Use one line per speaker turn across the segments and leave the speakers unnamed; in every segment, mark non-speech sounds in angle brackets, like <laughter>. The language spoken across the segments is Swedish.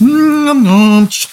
Mm, tsch.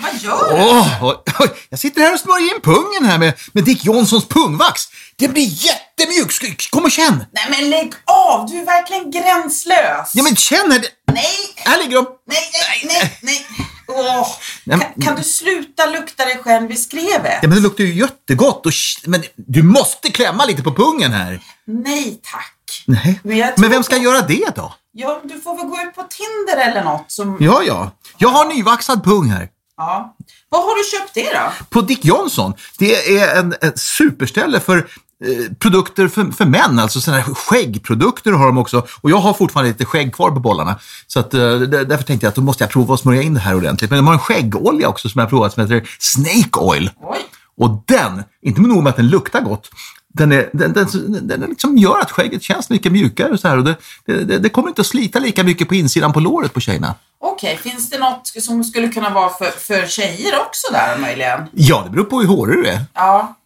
Vad gör
<laughs>
du?
Åh, oj, oj. jag sitter här och smörjer in pungen här med, med Dick Johnsons pungvax. Det blir jättemjuk. Ska- Kom och känn.
Nej men lägg av! Du är verkligen gränslös!
Ja, men känn här. Det-
Nej!
Här ligger de.
Nej, nej, nej, nej! Åh.
Nej, men-
Kan, kan du sluta lukta dig själv i skrevet?
Ja, men det luktar ju jättegott. Och, sh- men du måste klämma lite på pungen här.
Nej tack!
Nej.
Men jag tror-
Men vem ska göra det då?
Ja, du får väl gå ut på Tinder eller något som...
Ja, ja. Jag har nyvaxad pung här.
Ja. Vad har du köpt det då?
På Dick Johnson. Det är en, en superställe för eh, produkter för, för män, alltså sådana här skäggprodukter har de också. Och jag har fortfarande lite skägg kvar på bollarna. Så att, eh, där- därför tänkte jag att då måste jag prova att smörja in det här ordentligt. Men de har en skäggolja också som jag har provat som heter Snake Oil.
Oj!
Och den, inte nog med att den luktar gott, den, är, den, den, den liksom gör att skägget känns mycket mjukare och så här. Och det, det, det- det kommer inte att slita lika mycket på insidan på låret på tjejerna.
Okej, finns det något som skulle kunna vara för, för tjejer också där möjligen?
Ja, det beror på hur hårig du är.
Ja,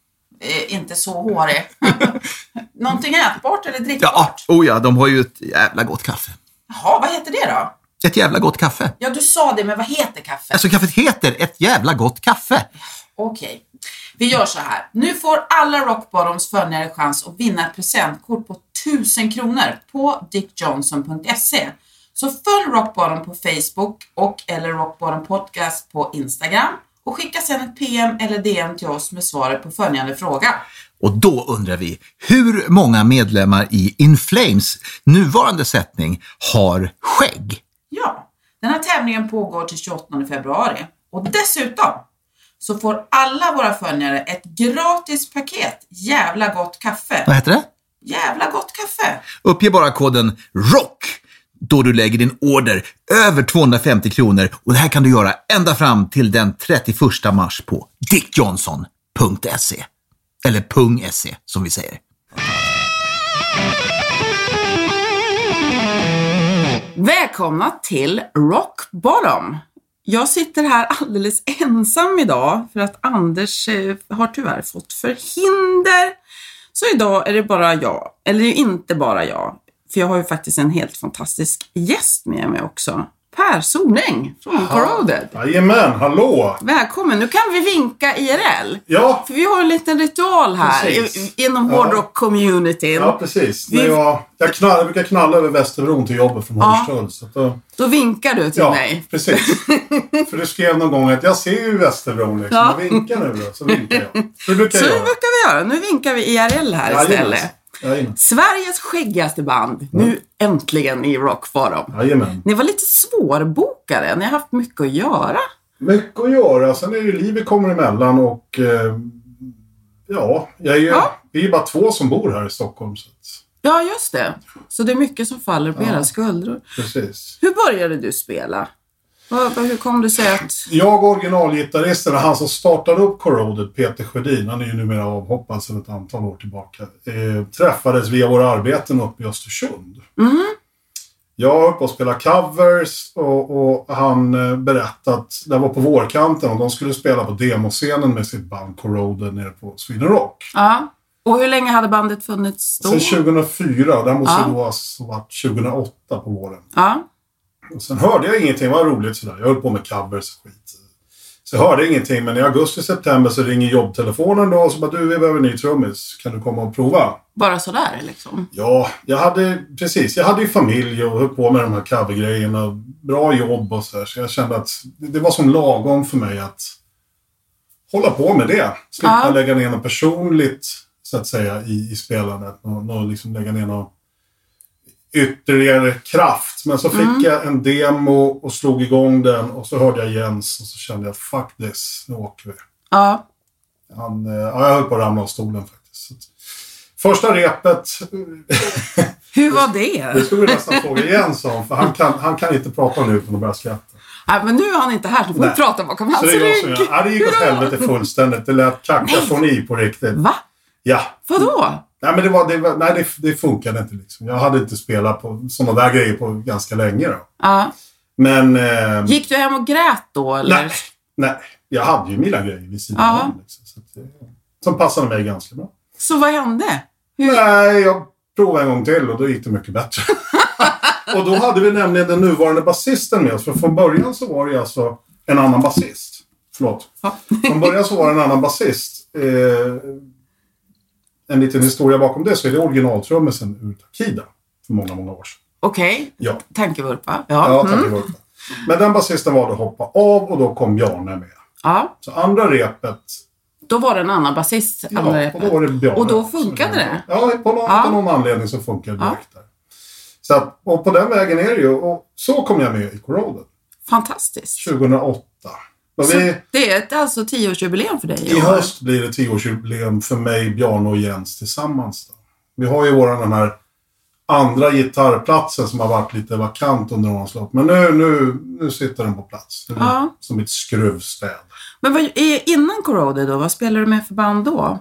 eh, inte så
<laughs>
hårig. Någonting ätbart eller
Ja,
drickbart?
oh ja, de har ju ett jävla gott kaffe.
Jaha, vad heter det då?
Ett jävla gott kaffe.
Ja, du sa det, men vad heter kaffet?
Alltså kaffet heter ett jävla gott kaffe.
Okej. Vi gör så här. Nu får alla Rockbottoms följare chans att vinna ett presentkort på 1000 kronor på dickjohnson.se. Så följ Rockbottom på Facebook och eller Rockbottom Podcast på Instagram och skicka sedan ett PM eller DM till oss med svaret på följande fråga.
Och då undrar vi, hur många medlemmar i In Flames nuvarande sättning har skägg?
Ja, den här tävlingen pågår till 28 februari och dessutom så får alla våra följare ett gratis paket jävla gott
Vad
kaffe.
heter det?
Jävla gott kaffe!
Uppge bara koden ROCK då du lägger din order över 250 kronor och det här kan du göra ända fram till den 31 mars på dickjohnson.se. Eller .se som vi säger.
Välkomna till Rock Bottom. Jag sitter här alldeles ensam idag för att Anders eh, har tyvärr fått förhinder. Så idag är det bara jag, eller det är inte bara jag, för jag har ju faktiskt en helt fantastisk gäst med mig också. Per Soling från Corroded.
Jajamän, hallå!
Välkommen! Nu kan vi vinka IRL.
Ja,
För vi har en liten ritual här i,
Precis.
inom
Ja.
hårdrock-communityn.
ja precis.
Vi-
När jag, jag, knall, jag brukar knalla över Västerbron till jobbet från Hornstull. Så att, då-
Då vinkar du till
ja,
mig. <laughs>
precis. För du skrev någon gång att jag ser ju Västerbron liksom.
Ja.
Jag vinkar nu då, så vinkar jag. Hur brukar
Så nu
jag göra?
brukar vi göra. Nu vinkar vi IRL här istället.
Jajamän.
Sveriges skäggigaste band, nu
Mm.
äntligen i Rockforum.
Jajamän.
Ni var lite svårbokade, ni har haft mycket att göra.
Mycket att göra. Sen är det ju livet kommer emellan och... Eh, ja, jag är ju,
Ja.
vi är ju bara två som bor här i Stockholm. Så att,
Ja, just det. Så det är mycket som faller på era skuldror.
precis.
Hur började du spela? Vad- vad- Hur kom du sig att...
Jag och originalgitarristen, han som startade upp Corroded, Peter Sjödin, han är ju numera avhoppad sedan ett
Mm-hmm.
antal år tillbaka, eh, träffades via våra arbeten uppe i Östersund. Jag var uppe och spelade covers och, och han eh, berättade att det var på vårkanten och de skulle spela på demoscenen med sitt band Corroden nere på Sweden Rock.
Ja. Och hur länge hade bandet funnits då?
Sen 2004, och det här måste
Ja.
då ha varit 2008 på våren.
Ja.
Och sen hörde jag ingenting, det var roligt sådär. Jag höll på med covers och skit. Så jag hörde ingenting, men i augusti-september så ringer jobbtelefonen då och så bara du, vi behöver en ny trummis. Kan du komma och prova?
Bara sådär liksom.
Ja, jag hade precis. Jag hade ju familj och höll på med de här covergrejerna. och Bra jobb och så här, Så jag kände att det var som lagom för mig att hålla på med det. Slippa
Ja.
lägga ner något personligt, så att säga, i, i spelandet. Och, och liksom lägga ner någon ytterligare kraft. Men så fick jag en demo och slog igång den och så hörde jag Jens och så kände jag fuck this, nu åker vi.
Ja.
Han, eh, ja, jag höll på att ramla av stolen faktiskt. Så att, första repet <laughs>
Hur var
Det
det?
skulle vi nästan fråga Jens om, för han kan, han kan inte prata nu utan att börja skratta.
Nej, Äh, men nu är han inte här så får vi
Nej.
prata bakom hans
Så det är jag som
rygg.
gör. Ja, det gick åt
Hurra!
helvete fullständigt. Det lät kakafoni på riktigt.
Va?
Ja.
Vadå?
Nej, men det, var, det, var, nej, det, det funkade inte liksom. Jag hade inte spelat på sådana där grejer på ganska länge då.
Ja.
Men... Eh,
Gick du hem och grät då eller?
nej, nej. Jag hade ju mina grejer vid sidan
Ja.
om. Liksom, så att, eh, som passade mig ganska bra.
Så vad hände?
Nej, jag provade en gång till och då gick det mycket bättre. och då hade vi nämligen den nuvarande basisten med oss. För från början så var det ju alltså en annan basist. Förlåt. Från början så var det en annan basist. Eh, en liten historia bakom det så är det originaltrummisen ur Takida. För många, många år sedan.
Okej.
Ja,
Tankevurpa.
ja
Ja.
tack
Mm.
mm. Men den basisten valde att hoppa av och då kom Bjarne med.
ja.
Så andra repet
Då var det en annan basist.
Ja,
andra
och då var det Bjarne.
Och då funkade det?
Ja, på någon,
Ja.
på någon anledning så funkade det
Ja.
direkt där. Så att, och på den vägen är det ju. Och så kom jag med i Corroden
Fantastiskt.
2008. Men
Så
vi,
det är ett, alltså tioårsjubileum för dig
I
år.
höst blir det tioårsjubileum för mig, Bjarne och Jens tillsammans. Då. Vi har ju våran den här andra gitarrplatsen som har varit lite vakant under årens lopp. Men nu, nu, nu sitter den på plats. Nu,
Ja.
Som ett skruvstäd.
Men vad, i- innan Corroded då, vad spelade du med för band då?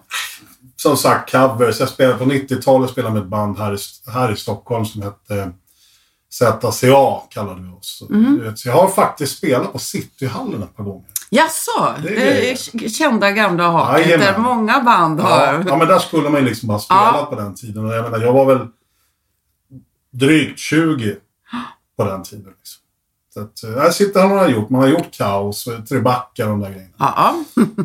som sagt covers. Jag spelade på 90-talet spelade med ett band här i, här i Stockholm som hette ZCA kallade vi oss. Du vet, Så jag har faktiskt spelat på Cityhallen ett par gånger.
Jaså?
Det
Det
är
är,
grejer.
k- kända gamla haket
Jajamän.
där många band
Ja,
har.
ja, men där skulle man ju liksom bara spela på den tiden. Och Jag, menar, jag var väl drygt 20 på den tiden. Liksom. Så att, eh, här sitter han och har gjort. Man har gjort kaos, eh, Tribeca och de där grejerna.
Ja.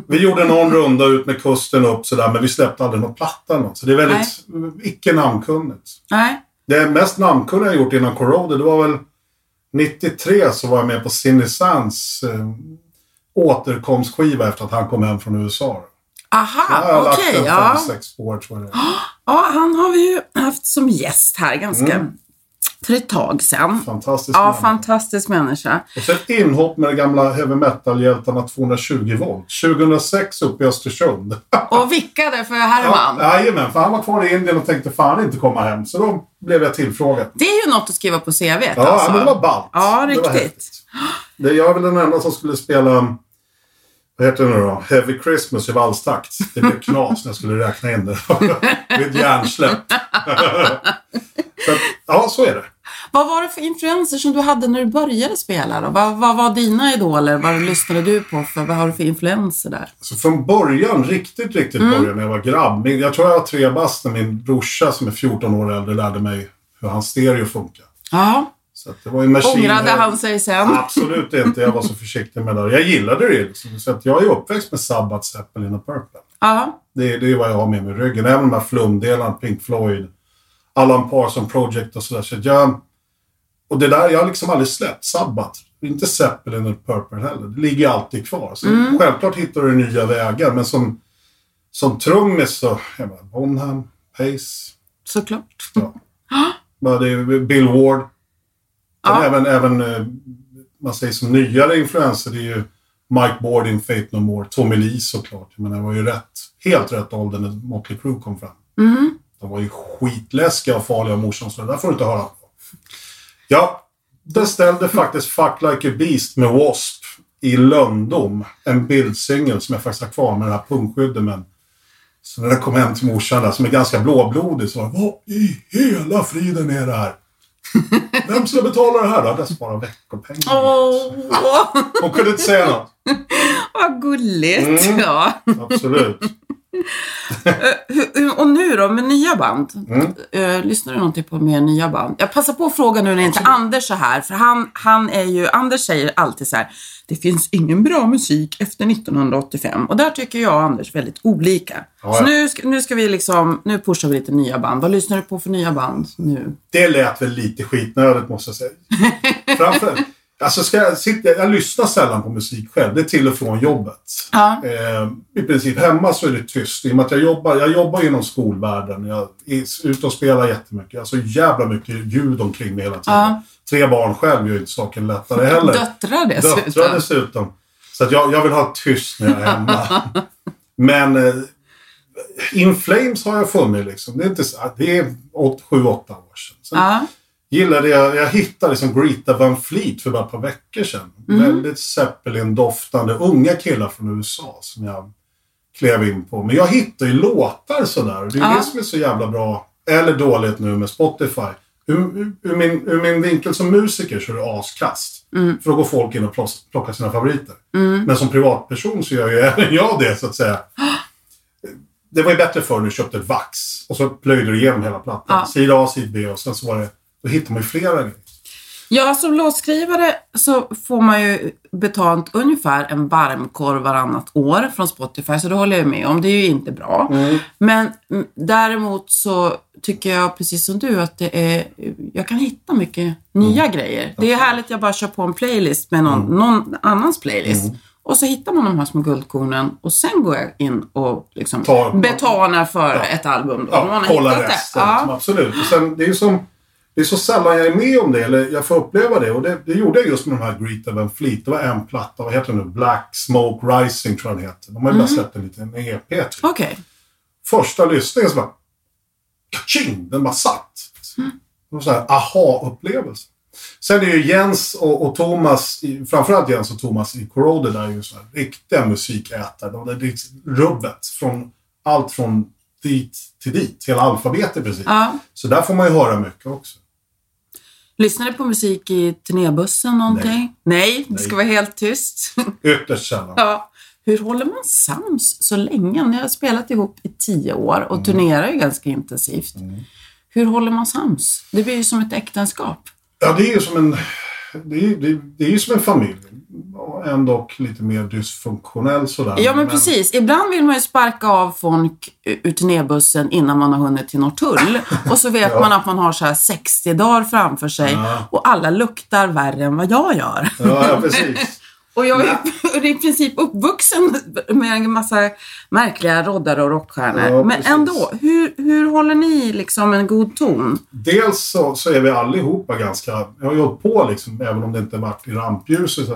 Vi gjorde någon runda ut med kusten upp sådär, men vi släppte aldrig någon platta eller något. Så det är väldigt icke namnkunnigt.
Nej.
Det mest namnkunniga jag gjort innan Corroded, det var väl 93 så var jag med på Cindy Sands eh, återkomstskiva efter att han kom hem från USA. Jag har
Aha,
lagt
Ah, okej.
den fem,
ja. Ah,
sex år tror jag.
ja, han har vi ju haft som gäst här ganska för ett tag sedan.
Mm. Fantastiskt.
Ja,
namn.
fantastisk människa.
Och så ett inhopp med de gamla heavy metal-hjältarna 220 volt. 2006 uppe i Östersund.
Och vickade för Herman.
<laughs> Jajamän, för han var kvar i Indien och tänkte fan inte komma hem. Så då blev jag tillfrågad.
Det är ju något att skriva på CV
Ja,
alltså.
men det var ballt.
Ja,
Det var
riktigt.
häftigt. Det, jag är väl den enda som skulle spela, vad heter det nu då? Heavy Christmas i valstakt. Det blev knas när jag skulle räkna in det. <laughs> Med ett hjärnsläpp. <laughs> så, att, ja, så är det.
Vad var det för influenser som du hade när du började spela då? Vad, vad var dina idoler? Vad lyssnade du på för, vad har du för influenser där?
Så från början, riktigt, riktigt
Mm.
början när jag var grabb. Min, jag tror jag var tre bast när min brorsa som är 14 år äldre lärde mig hur hans stereo funkar.
Ja,
Så att det var ju Machine
ångrade
Head.
han sig sen?
Absolut inte. Jag var så försiktig med det. där. Jag gillade det liksom. Så att jag är uppväxt med Sabbath, Zeppelin och Purple.
Ja,
Det, är- det är vad jag har med mig i ryggen. Även de här flumdelarna, Pink Floyd, Alan Parsons Project och sådär. Så att jag, och det där, jag har liksom aldrig släppt Sabbath. Inte Zeppelin eller Purple heller. Det ligger alltid kvar. Så Självklart hittar du nya vägar, men som, som trummis så... Jag bara, Bonham, Pace,
såklart.
ja. Bara det är Bill Ward. Sen
Ja.
även, även, eh, man säger som nyare influenser, det är ju Mike Board in Fate No More, Tommy Lee såklart. Men det var ju rätt, helt rätt ålder när Motley Crue kom fram. De var ju skitläskiga och farliga och morsan så det där får du inte höra på. Ja, beställde faktiskt Fuck Like a Beast med W.A.S.P. i Lönndom. En bildsingel som jag faktiskt har kvar med den här pungskydden. Men så när jag kom hem till morsan där, som är ganska blåblodig, så var det, Vad i hela friden är det här? Vem ska betala det här då? Det är bara veckopengar.
Åh,
Hon kunde inte säga något.
vad gulligt.
Mm.
Ja.
Absolut.
Hur- Och nu då, med nya band?
Mm.
Eh, Lyssnar du någonting på mer nya band? Jag passar på att fråga nu när inte Anders är här, för han, han är ju, Anders säger alltid så här, det finns ingen bra musik efter 1985. Och där tycker jag och Anders väldigt olika.
Ja,
Så
ja.
nu, ska- nu ska vi liksom, nu pushar vi lite nya band. Vad lyssnar du på för nya band nu?
Det lät väl lite skitnödigt måste
<laughs>
jag säga. Framför, alltså ska jag, sitta, jag lyssnar sällan på musik själv. Det är till och från jobbet.
Ja.
Eh, I princip hemma så är det tyst. I och med att jag jobbar, jag jobbar inom skolvärlden. Jag är ute och spelar jättemycket. Jag har så jävla mycket ljud omkring mig hela tiden. Tre barn själv gör ju inte saken lättare heller.
Döttrar dessutom.
Döttrar dessutom. Så att jag, jag vill ha tyst när jag är hemma. Men eh, In Flames har jag för mig liksom. Det är, inte, så- det är 7-8 år sedan. Sen
Ja.
gillade jag, jag hittade liksom Greta Van Fleet för bara ett par veckor sedan. Väldigt Zeppelin-doftande unga killar från USA som jag klev in på. Men jag hittar ju låtar sådär. Det är det som är så jävla bra, eller dåligt nu med Spotify. Ur, ur, ur, min, ur min vinkel som musiker så är det askast. För då går folk in och ploss- plockar sina favoriter. Men som privatperson så gör ju <laughs> även jag det så att säga. Det var ju bättre förr när du köpte ett vax och så plöjde du igenom hela plattan. Sida A, sida B och sen så var det... Då hittade man ju flera grejer.
Ja, som låtskrivare så får man ju betalt ungefär en varmkorv varannat år från Spotify, så det håller jag med om. Det är ju inte bra. Men mm, däremot så tycker jag precis som du att det är, jag kan hitta mycket nya
Mm.
grejer. Det är härligt, jag bara kör på en playlist med någon, någon annans playlist.
Mm.
Och så hittar man de här små guldkornen och sen går jag in och liksom
Tar-
betalar för ett album. Då. Man
Ja,
har
kolla
hittat det.
resten.
Ja.
Som Absolut. Och sen, det är ju som... Det är så sällan jag är med om det, eller jag får uppleva det. Och det, det gjorde jag just med de här Greta Van Fleet. Det var en platta, vad heter den nu? Black Smoke Rising tror jag den heter. De har ju
Mm.
bara släppt en liten EP typ.
Okej.
första lyssningen så bara... Kaching! Den bara satt. Det var så här aha-upplevelse. Sen är ju Jens och, och Thomas, i, framförallt Jens och Thomas i Corroded är ju så här riktiga musikätare. De, det är rubbet från allt från dit till dit. Hela alfabetet precis.
Ja.
Så där får man ju höra mycket också.
Lyssnar du på musik i turnébussen någonting? Nej. det ska vara helt tyst. <laughs>
Ytterst sällan.
ja. Hur håller man sams så länge? Ni har spelat ihop i tio år och turnerar ju ganska intensivt. Hur håller man sams? Det blir ju som ett äktenskap.
Ja, det är ju som en, det är, det, det är ju som en familj. Och Ändå lite mer dysfunktionell sådär.
Ja, men precis. Ibland vill man ju sparka av folk ur turnébussen innan man har hunnit till <laughs> Norrtull. Och så vet man att man har så här 60 dagar framför sig och alla luktar värre än vad jag gör.
Ja, ja, precis.
Och jag är är <laughs> i princip uppvuxen med en massa märkliga roddare och rockstjärnor.
Ja,
Men
precis.
ändå, hur, hur håller ni liksom en god ton?
Dels så, så är vi allihopa ganska... Jag har ju hållit på liksom, även om det inte varit i rampljuset. så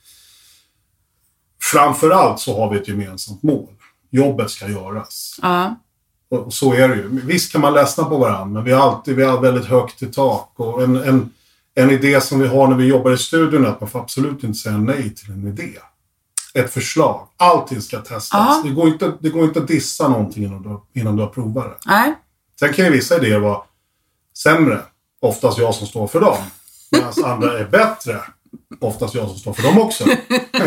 framförallt så har vi ett gemensamt mål. Jobbet ska göras.
Ja.
Och, och så är det ju. Visst kan man ledsna på varandra, men vi har alltid vi har väldigt högt i tak. Och en, en, en idé som vi har när vi jobbar i studion är att man får absolut inte säga nej till en idé. Ett förslag. Allting ska testas.
Ja.
Det, går inte, det går inte att dissa någonting innan du, innan du har provat det.
Nej.
Sen kan ju vissa idéer vara sämre. Oftast jag som står för dem. Medan andra är bättre. Oftast jag som står för dem också.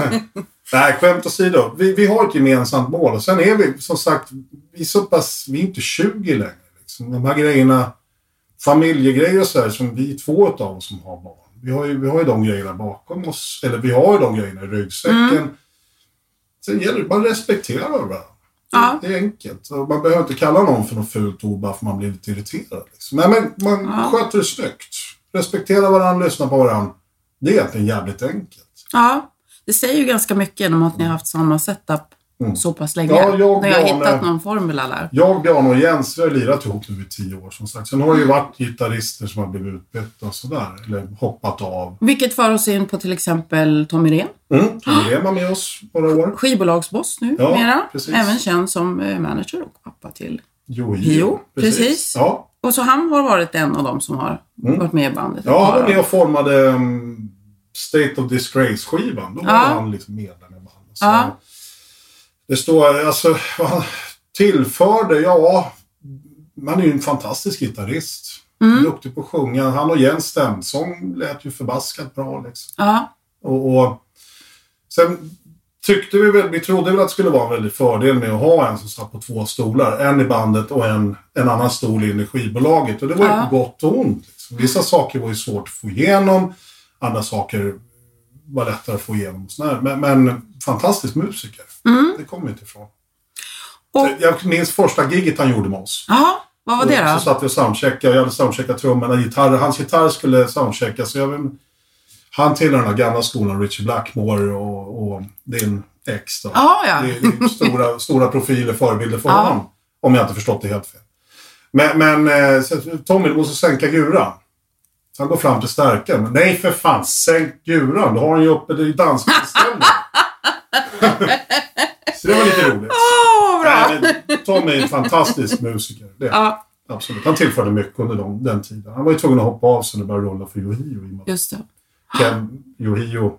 <laughs> Nej, skämt åsido. Vi, vi har ett gemensamt mål. Och sen är vi, som sagt, vi är så pass... Vi är inte 20 längre. Liksom. De här grejerna, familjegrejer och så här, som vi två utav oss som har barn. Vi har, ju, vi har ju de grejerna bakom oss. Eller vi har ju de grejerna i ryggsäcken. Sen gäller det bara att respektera varandra.
Ja.
Det är enkelt. Och Man behöver inte kalla någon för något fult ord bara för man blir lite irriterad. Liksom. Nej, men man sköter det snyggt. Respektera varandra, lyssna på varandra. Det är egentligen jävligt enkelt.
Ja. Det säger ju ganska mycket genom att ni har haft samma setup så pass länge.
Mm. Ja, jag
när jag har
var
hittat
med.
någon formel där.
Jag, Dan och Jens, vi har lirat ihop nu i tio år som sagt. Sen har det ju varit gitarrister som har blivit utbytta och sådär. Eller hoppat av.
Vilket för oss in på till exempel Tommy Rehn,
Mm. Det var med oss några år.
skivbolagsboss nu
Ja,
mera.
precis.
Även känd som eh, manager och pappa till
Jo,
Jo, precis.
Ja,
Och så han har varit en av dem som har varit med i bandet.
Mm. Ja, han var med
det.
och formade um, State of Disgrace-skivan. Då var
Ja.
han liksom medlem i bandet. Så
Ja.
Det står, alltså, vad han tillförde, ja, man är ju en fantastisk gitarrist.
Mm.
Duktig på att sjunga. Han och Jens stämsång lät ju förbaskat bra liksom.
Ja,
Och, och sen tyckte vi väl, vi trodde väl att det skulle vara en väldig fördel med att ha en som satt på två stolar. En i bandet och en, en annan stol i energibolaget. Och det var ju
Ja.
på gott och ont. Liksom. Vissa saker var ju svårt att få igenom. Andra saker var lättare att få igenom. Och sådär. Men, men fantastisk musiker. Det kommer vi inte ifrån.
Mm. Och-
Jag minns första giget han gjorde med oss.
Jaha, vad var det
Så
då?
satt vi och soundcheckade och jag hade soundcheckat trummorna, gitarr. Hans gitarr skulle soundcheckas. Så jag, vet- han tillhör den här gamla skolan, Richie Blackmore och, och din ex då.
Ja, Ah, ja. Ah.
Det, det är stora, stora profiler, förebilder för
Ja.
honom. Om jag inte förstått det helt fel. Men, men eh, så att Tommy, du måste sänka guran. Så han går fram till stärkaren. Men Nej för fan, sänk guran. Då har han ju uppe i dansbeställningen.
<laughs>
så det var lite roligt.
Åh, bra!
Nej, men Tommy är en fantastisk musiker. Det.
Ja.
Absolut. Han tillförde mycket under de, den tiden. Han var ju tvungen att hoppa av sen det började rulla för Yohio. i och med att
Just det.
Ken Yohio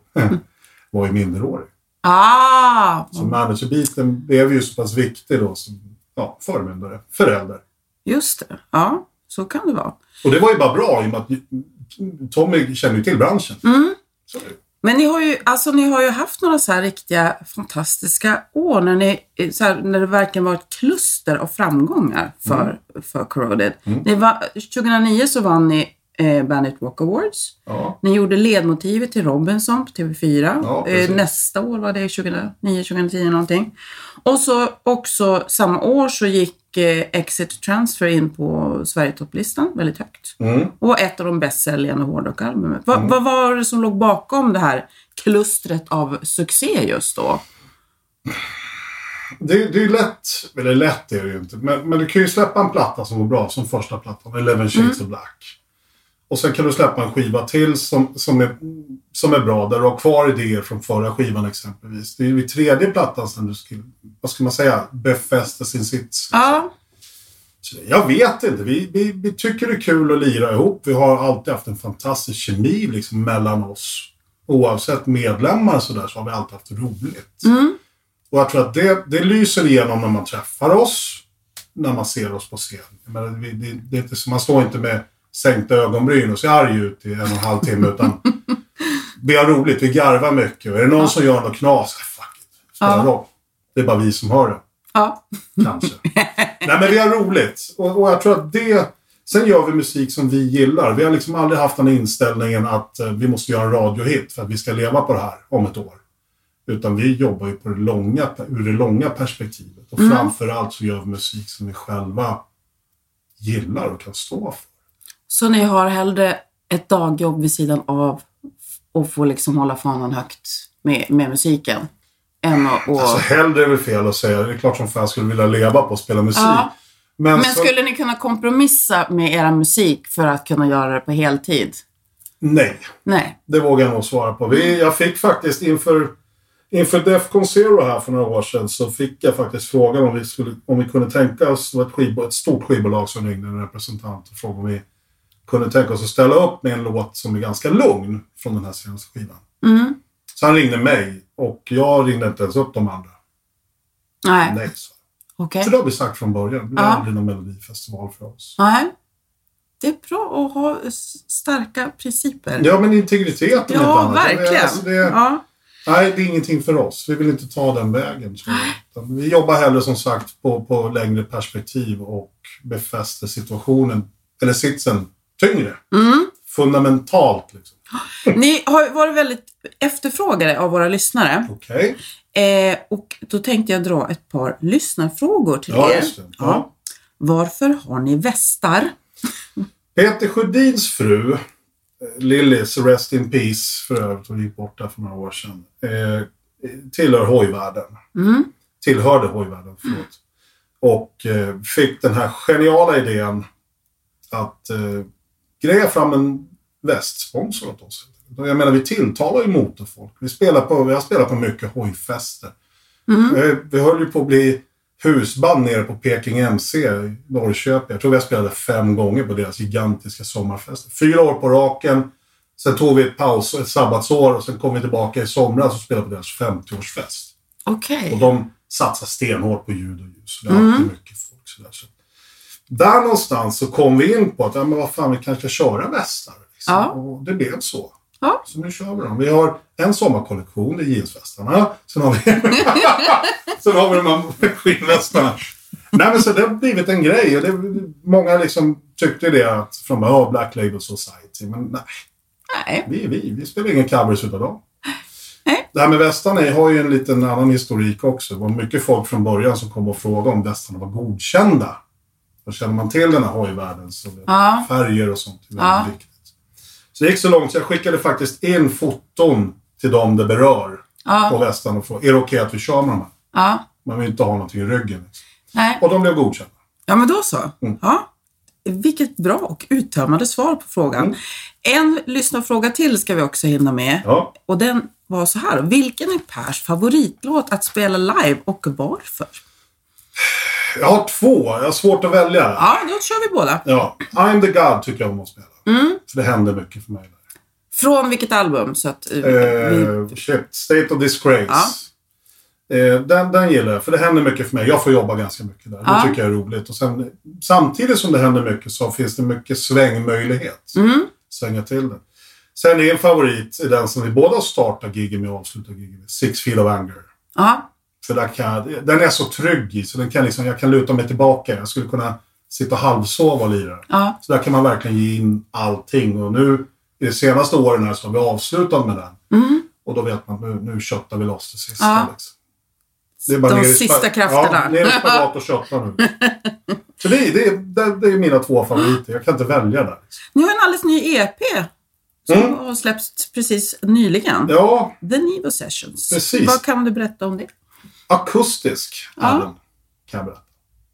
<laughs> var ju minderårig.
Ah,
Så managerbiten blev ju så pass viktig då som ja, förmyndare, förälder.
just det. Ja, så kan det vara.
Och det var ju bara bra i och med att Tommy kände ju till branschen.
Mm.
Så,
Men ni har ju, alltså, ni har ju haft några så här riktiga fantastiska år när, ni, eh, så här, när det verkligen var ett kluster av framgångar för, för Corroded. Ni var, 2009 så vann ni eh, Bandit Walk Awards.
ja.
Ni gjorde ledmotivet till Robinson på TV4.
Ja,
eh,
precis.
nästa år var det 2009, 2010 någonting. Och så också samma år så gick eh, Exit Transfer in på Sverigetopplistan väldigt högt.
Mm.
Och var ett av de bäst säljande hårdrockalbumen. Va, Vad var det som låg bakom det här klustret av succé just då?
det, det är ju lätt, eller lätt är det ju inte, men, men du kan ju släppa en platta som går bra, som första plattan, Eleven Shades of Black. Och sen kan du släppa en skiva till som, som, är, som är bra, där du har kvar idéer från förra skivan exempelvis. Det är ju vid tredje plattan som du skulle, vad ska man säga, befäster sin sits.
Ja,
Så Jag vet inte. Vi, vi, vi tycker det är kul att lira ihop. Vi har alltid haft en fantastisk kemi liksom, mellan oss. Oavsett medlemmar så, där, så har vi alltid haft roligt. Och jag tror att det, det lyser igenom när man träffar oss. När man ser oss på scen. Jag menar, vi, det, det är inte, så- man står inte med sänkta ögonbryn och ser arg ut i en och en halv timme. utan vi har roligt, vi garvar mycket. Och är det någon som gör något knas, fuck it. Spelar roll. Det är bara vi som hör det
ja,
kanske. Nej, men vi har roligt. Och, och jag tror att det... Sen gör vi musik som vi gillar. Vi har liksom aldrig haft den inställningen att eh, vi måste göra en radiohit för att vi ska leva på det här om ett år. Utan vi jobbar ju på det långa, ur det långa perspektivet.
Mm.
Och framför allt så gör vi musik som vi själva gillar och kan stå för.
så ni har hellre ett dagjobb vid sidan av och få liksom hålla fanan högt med, med musiken. Än att, och,
Alltså hellre är väl fel att säga. Det är klart som fan skulle vilja leva på att spela musik.
Ja.
Men,
men
så,
skulle ni kunna kompromissa med era musik för att kunna göra det på heltid?
nej.
Nej.
Det vågar jag nog svara på. Vi, jag fick faktiskt inför, inför Defcon Zero här för några år sedan så fick jag faktiskt frågan om vi, skulle, om vi kunde tänka oss, det var ett, skivbo, ett stort skivbolag som ringde en representant och frågade om vi kunde tänka oss att ställa upp med en låt som är ganska lugn från den här senaste skivan.
Mm.
Så han ringde mig och jag ringde inte ens upp de andra.
Nej.
Nej, så.
Okej.
så det har vi sagt från början. Det blir
Ja.
aldrig någon melodifestival för oss.
Nej. Det är bra att ha s- starka principer.
Ja, men integritet om inte
Ja,
annat.
verkligen.
Alltså, det,
ja.
Nej, det är ingenting för oss. Vi vill inte ta den vägen. tror <gasps> jag. Utan Vi jobbar hellre som sagt på, på längre perspektiv och befäster situationen, eller sitsen, tyngre. Fundamentalt. Liksom.
Ni har ju varit väldigt efterfrågade av våra lyssnare.
Okej.
Eh, och då tänkte jag dra ett par lyssnarfrågor till
Ja,
er.
just det. Ja.
Varför har ni västar?
Peter Sjödins fru, eh, Lillis, Rest in Peace för övrigt, hon gick borta för några år sedan, eh, tillhör hojvärlden. Tillhörde hojvärlden, förlåt. Och eh, fick den här geniala idén att eh, greja fram en västsponsor åt oss. Jag menar, vi tilltalar ju motorfolk. Vi, spelar på, vi har spelat på mycket hojfester. Eh, Vi höll ju på att bli husband nere på Peking MC i Norrköping. Jag tror vi spelade fem gånger på deras gigantiska sommarfest. Fyra år på raken. Sen tog vi ett paus, ett sabbatsår och sen kom vi tillbaka i somras och spelade på deras 50-årsfest.
Okej.
Och de satsar stenhårt på ljud och ljus. Det är
Mm.
alltid mycket folk. Sådär. Så där någonstans så kom vi in på att, ja men vad fan, vi kanske ska köra västar. Liksom.
Ja.
Och det blev så.
Ja.
Så nu kör vi dem. Vi har en sommarkollektion, det är jeansvästarna.
<laughs>
Sen har vi, sen har vi de här skinnvästarna. Nej men så det har blivit en grej. Och det, många liksom tyckte det att, från början, "Ja, Black Label Society. Men nej,
Nej.
vi är vi. Vi spelar ingen covers utav dem. Det här med västarna har ju en liten annan historik också. Det var mycket folk från början som kom och frågade om västarna var godkända. Då känner man till den här hojvärlden, så det- färger och sånt är väldigt viktigt. Så det gick så långt så jag skickade faktiskt in foton till dem det berör på västarna och frågade, är det okej att vi kör med de här?
Ja.
Man vill inte ha någonting i ryggen. liksom.
Nej.
Och de blev godkända.
Ja, men då så.
Mm.
Ja. Vilket bra och uttömmande svar på frågan. En lyssnarfråga till ska vi också hinna med.
Mm. Ja.
Och den var så här. Vilken är Pers favoritlåt att spela live och varför?
Jag har två, jag har svårt att välja.
Ja, då kör vi båda.
Ja. I'm the God tycker jag om att spela.
Mm.
För det händer mycket för mig. Där.
Från vilket album? Så att, eh, vi,
Eh, shit, State of Disgrace. Eh, den, den gillar jag, för det händer mycket för mig. Jag får jobba ganska mycket där. Det tycker jag är roligt. Och sen, samtidigt som det händer mycket så finns det mycket svängmöjlighet. Svänga till det. Sen är en favorit är den som vi båda startar giget med och avslutar giget med. Six Feet of Anger.
ja.
För där kan jag, den är jag så trygg i, så den kan liksom, jag kan luta mig tillbaka. Jag skulle kunna sitta och halvsova och lira.
Ja.
Så där kan man verkligen ge in allting. Och nu, i de senaste åren här, så har vi avslutat med den.
Mm.
Och då vet man, nu, nu köttar vi loss det sista. Liksom. Det är
De
ner i spa-
sista krafterna.
Ja, ner i spagat och
<laughs>
kötta nu. Så det är, det, är, det, det är mina två favoriter. Jag kan inte välja där.
Ni har en alldeles ny EP som har släppts precis nyligen.
Mm. Ja,
The Nivo Sessions.
Precis.
Vad kan du berätta om det?
akustisk är
Ja.
den, kan jag berätta.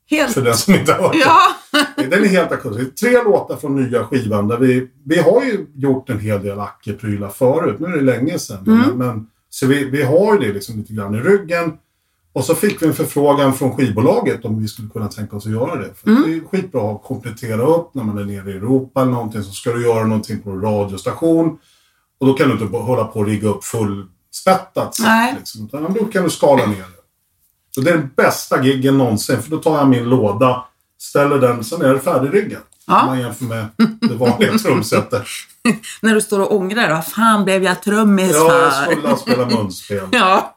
Helt...
För den som inte har hört den.
Ja. <laughs>
Den är helt akustisk. Tre låtar från nya skivan. Där vi, vi har ju gjort en hel del Acke-prylar förut. Nu är det länge sedan. Men, men, så vi, vi har ju det liksom lite grann i ryggen. Och så fick vi en förfrågan från skivbolaget om vi skulle kunna tänka oss att göra det. För Det är skitbra att komplettera upp när man är nere i Europa eller någonting. Så ska du göra någonting på en radiostation. Och då kan du inte bara hålla på och rigga upp fullspättat. sätt,
Nej.
Liksom. Utan då kan du skala ner det. Så det är den bästa giggen någonsin. För då tar jag min låda, ställer den, sen är det färdigriggat. Om man jämför med det vanliga trumsetet.
När du står och ångrar dig. Fan blev jag trummis
Ja, jag
för?
skulle spela munspel.
Ja.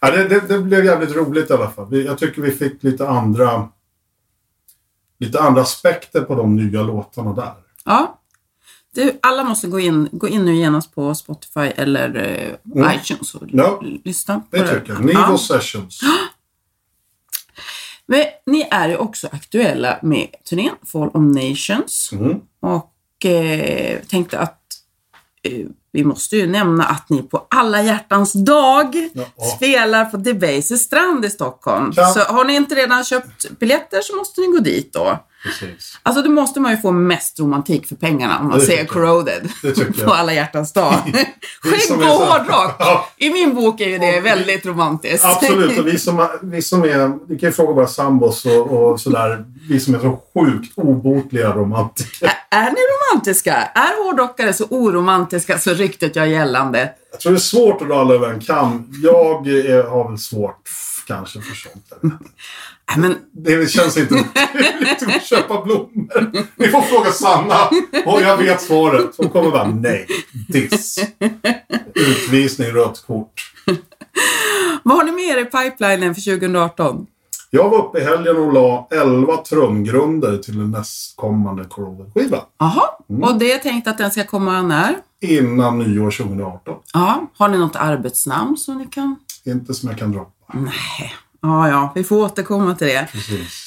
Ja, det, det, det blev jävligt roligt i alla fall. Vi, jag tycker vi fick lite andra, lite andra aspekter på de nya låtarna där.
ja. Du, alla måste gå in, gå in nu genast på Spotify eller eh, iTunes och
Mm. Ja.
l- lyssna på
Det tycker jag. Nivo
Ja.
Sessions. Mm.
Men ni är ju också aktuella med turnén Fall of Nations. Och och eh, tänkte att eh, vi måste ju nämna att ni på alla hjärtans dag
Ja.
spelar på Debaser strand i Stockholm.
Ja.
Så har ni inte redan köpt biljetter så måste ni gå dit då.
Precis.
Alltså då måste man ju få mest romantik för pengarna om man
Det
ser
tycker jag.
corroded
Det tycker
<laughs>
jag.
på alla hjärtans dag.
<laughs>
<laughs>
som
Skägg och
är så-
hårdrock.
Ja.
I min bok är ju det väldigt romantiskt.
Absolut, och vi som, vi som är, vi kan ju fråga våra sambos och, och sådär, vi som är så sjukt obotliga
<laughs>
romantiker.
Ä- Är ni romantiska? Är hårdrockare så oromantiska så ryktet gör gällande?
Jag tror det är svårt att dra alla över en kam. Jag är, har väl svårt kanske för sånt. jag vet inte.
Nej, Äh, men
Det känns inte <laughs> naturligt att köpa blommor. Ni får fråga Sanna och jag vet svaret. Hon kommer bara nej, diss. Utvisning, rött kort.
vad har ni med er i pipelinen för 2018?
Jag var uppe i helgen och la 11 trumgrunder till den nästkommande Corroder-skiva.
Jaha,
Mm.
och det är tänkt att den ska komma när?
Innan nyår 2018.
Ja, har ni något arbetsnamn som ni kan?
Inte som jag kan droppa.
Nej. Ja, ja, vi får återkomma till det.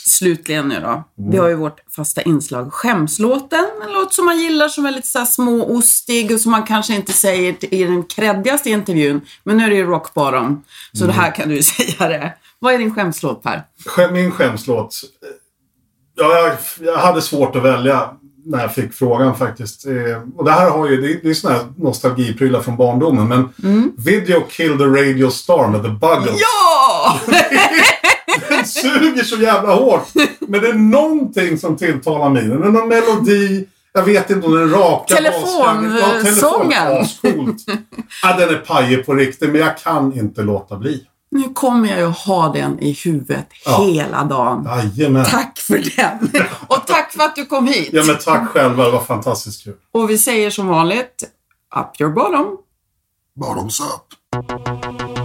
Slutligen nu
Mm.
då. Vi har ju vårt fasta inslag Skämslåten. En låt som man gillar som är lite så här småostig och som man kanske inte säger t- i den kreddigaste intervjun. Men nu är det ju rock bottom, så
Mm.
det här kan du ju <laughs> säga det. Vad är din skämslåt Per?
Skäm- Min skämslåt. eh, Ja, jag, jag hade svårt att välja när jag fick frågan faktiskt. Eh, Och det här har ju, det, det är såna här nostalgiprylar från barndomen. Men Video Kill the Radio Star med The Buggles.
Mm. Ja!
<laughs> Den suger så jävla hårt. Men det är någonting som tilltalar mig. Den är någon melodi. Jag vet inte om den raka
Telefon-
basgången- Ja, telefon-
sången. <laughs>
Ascoolt. Ja, den är pajig på riktigt, men jag kan inte låta bli.
Nu kommer jag ju ha den i huvudet
Ja.
hela dagen.
Jajamän.
Tack för
<laughs>
den! Och tack för att du kom hit!
Ja, men tack själva. Det var fantastiskt kul.
Och vi säger som vanligt, up your bottom!
Bottoms up.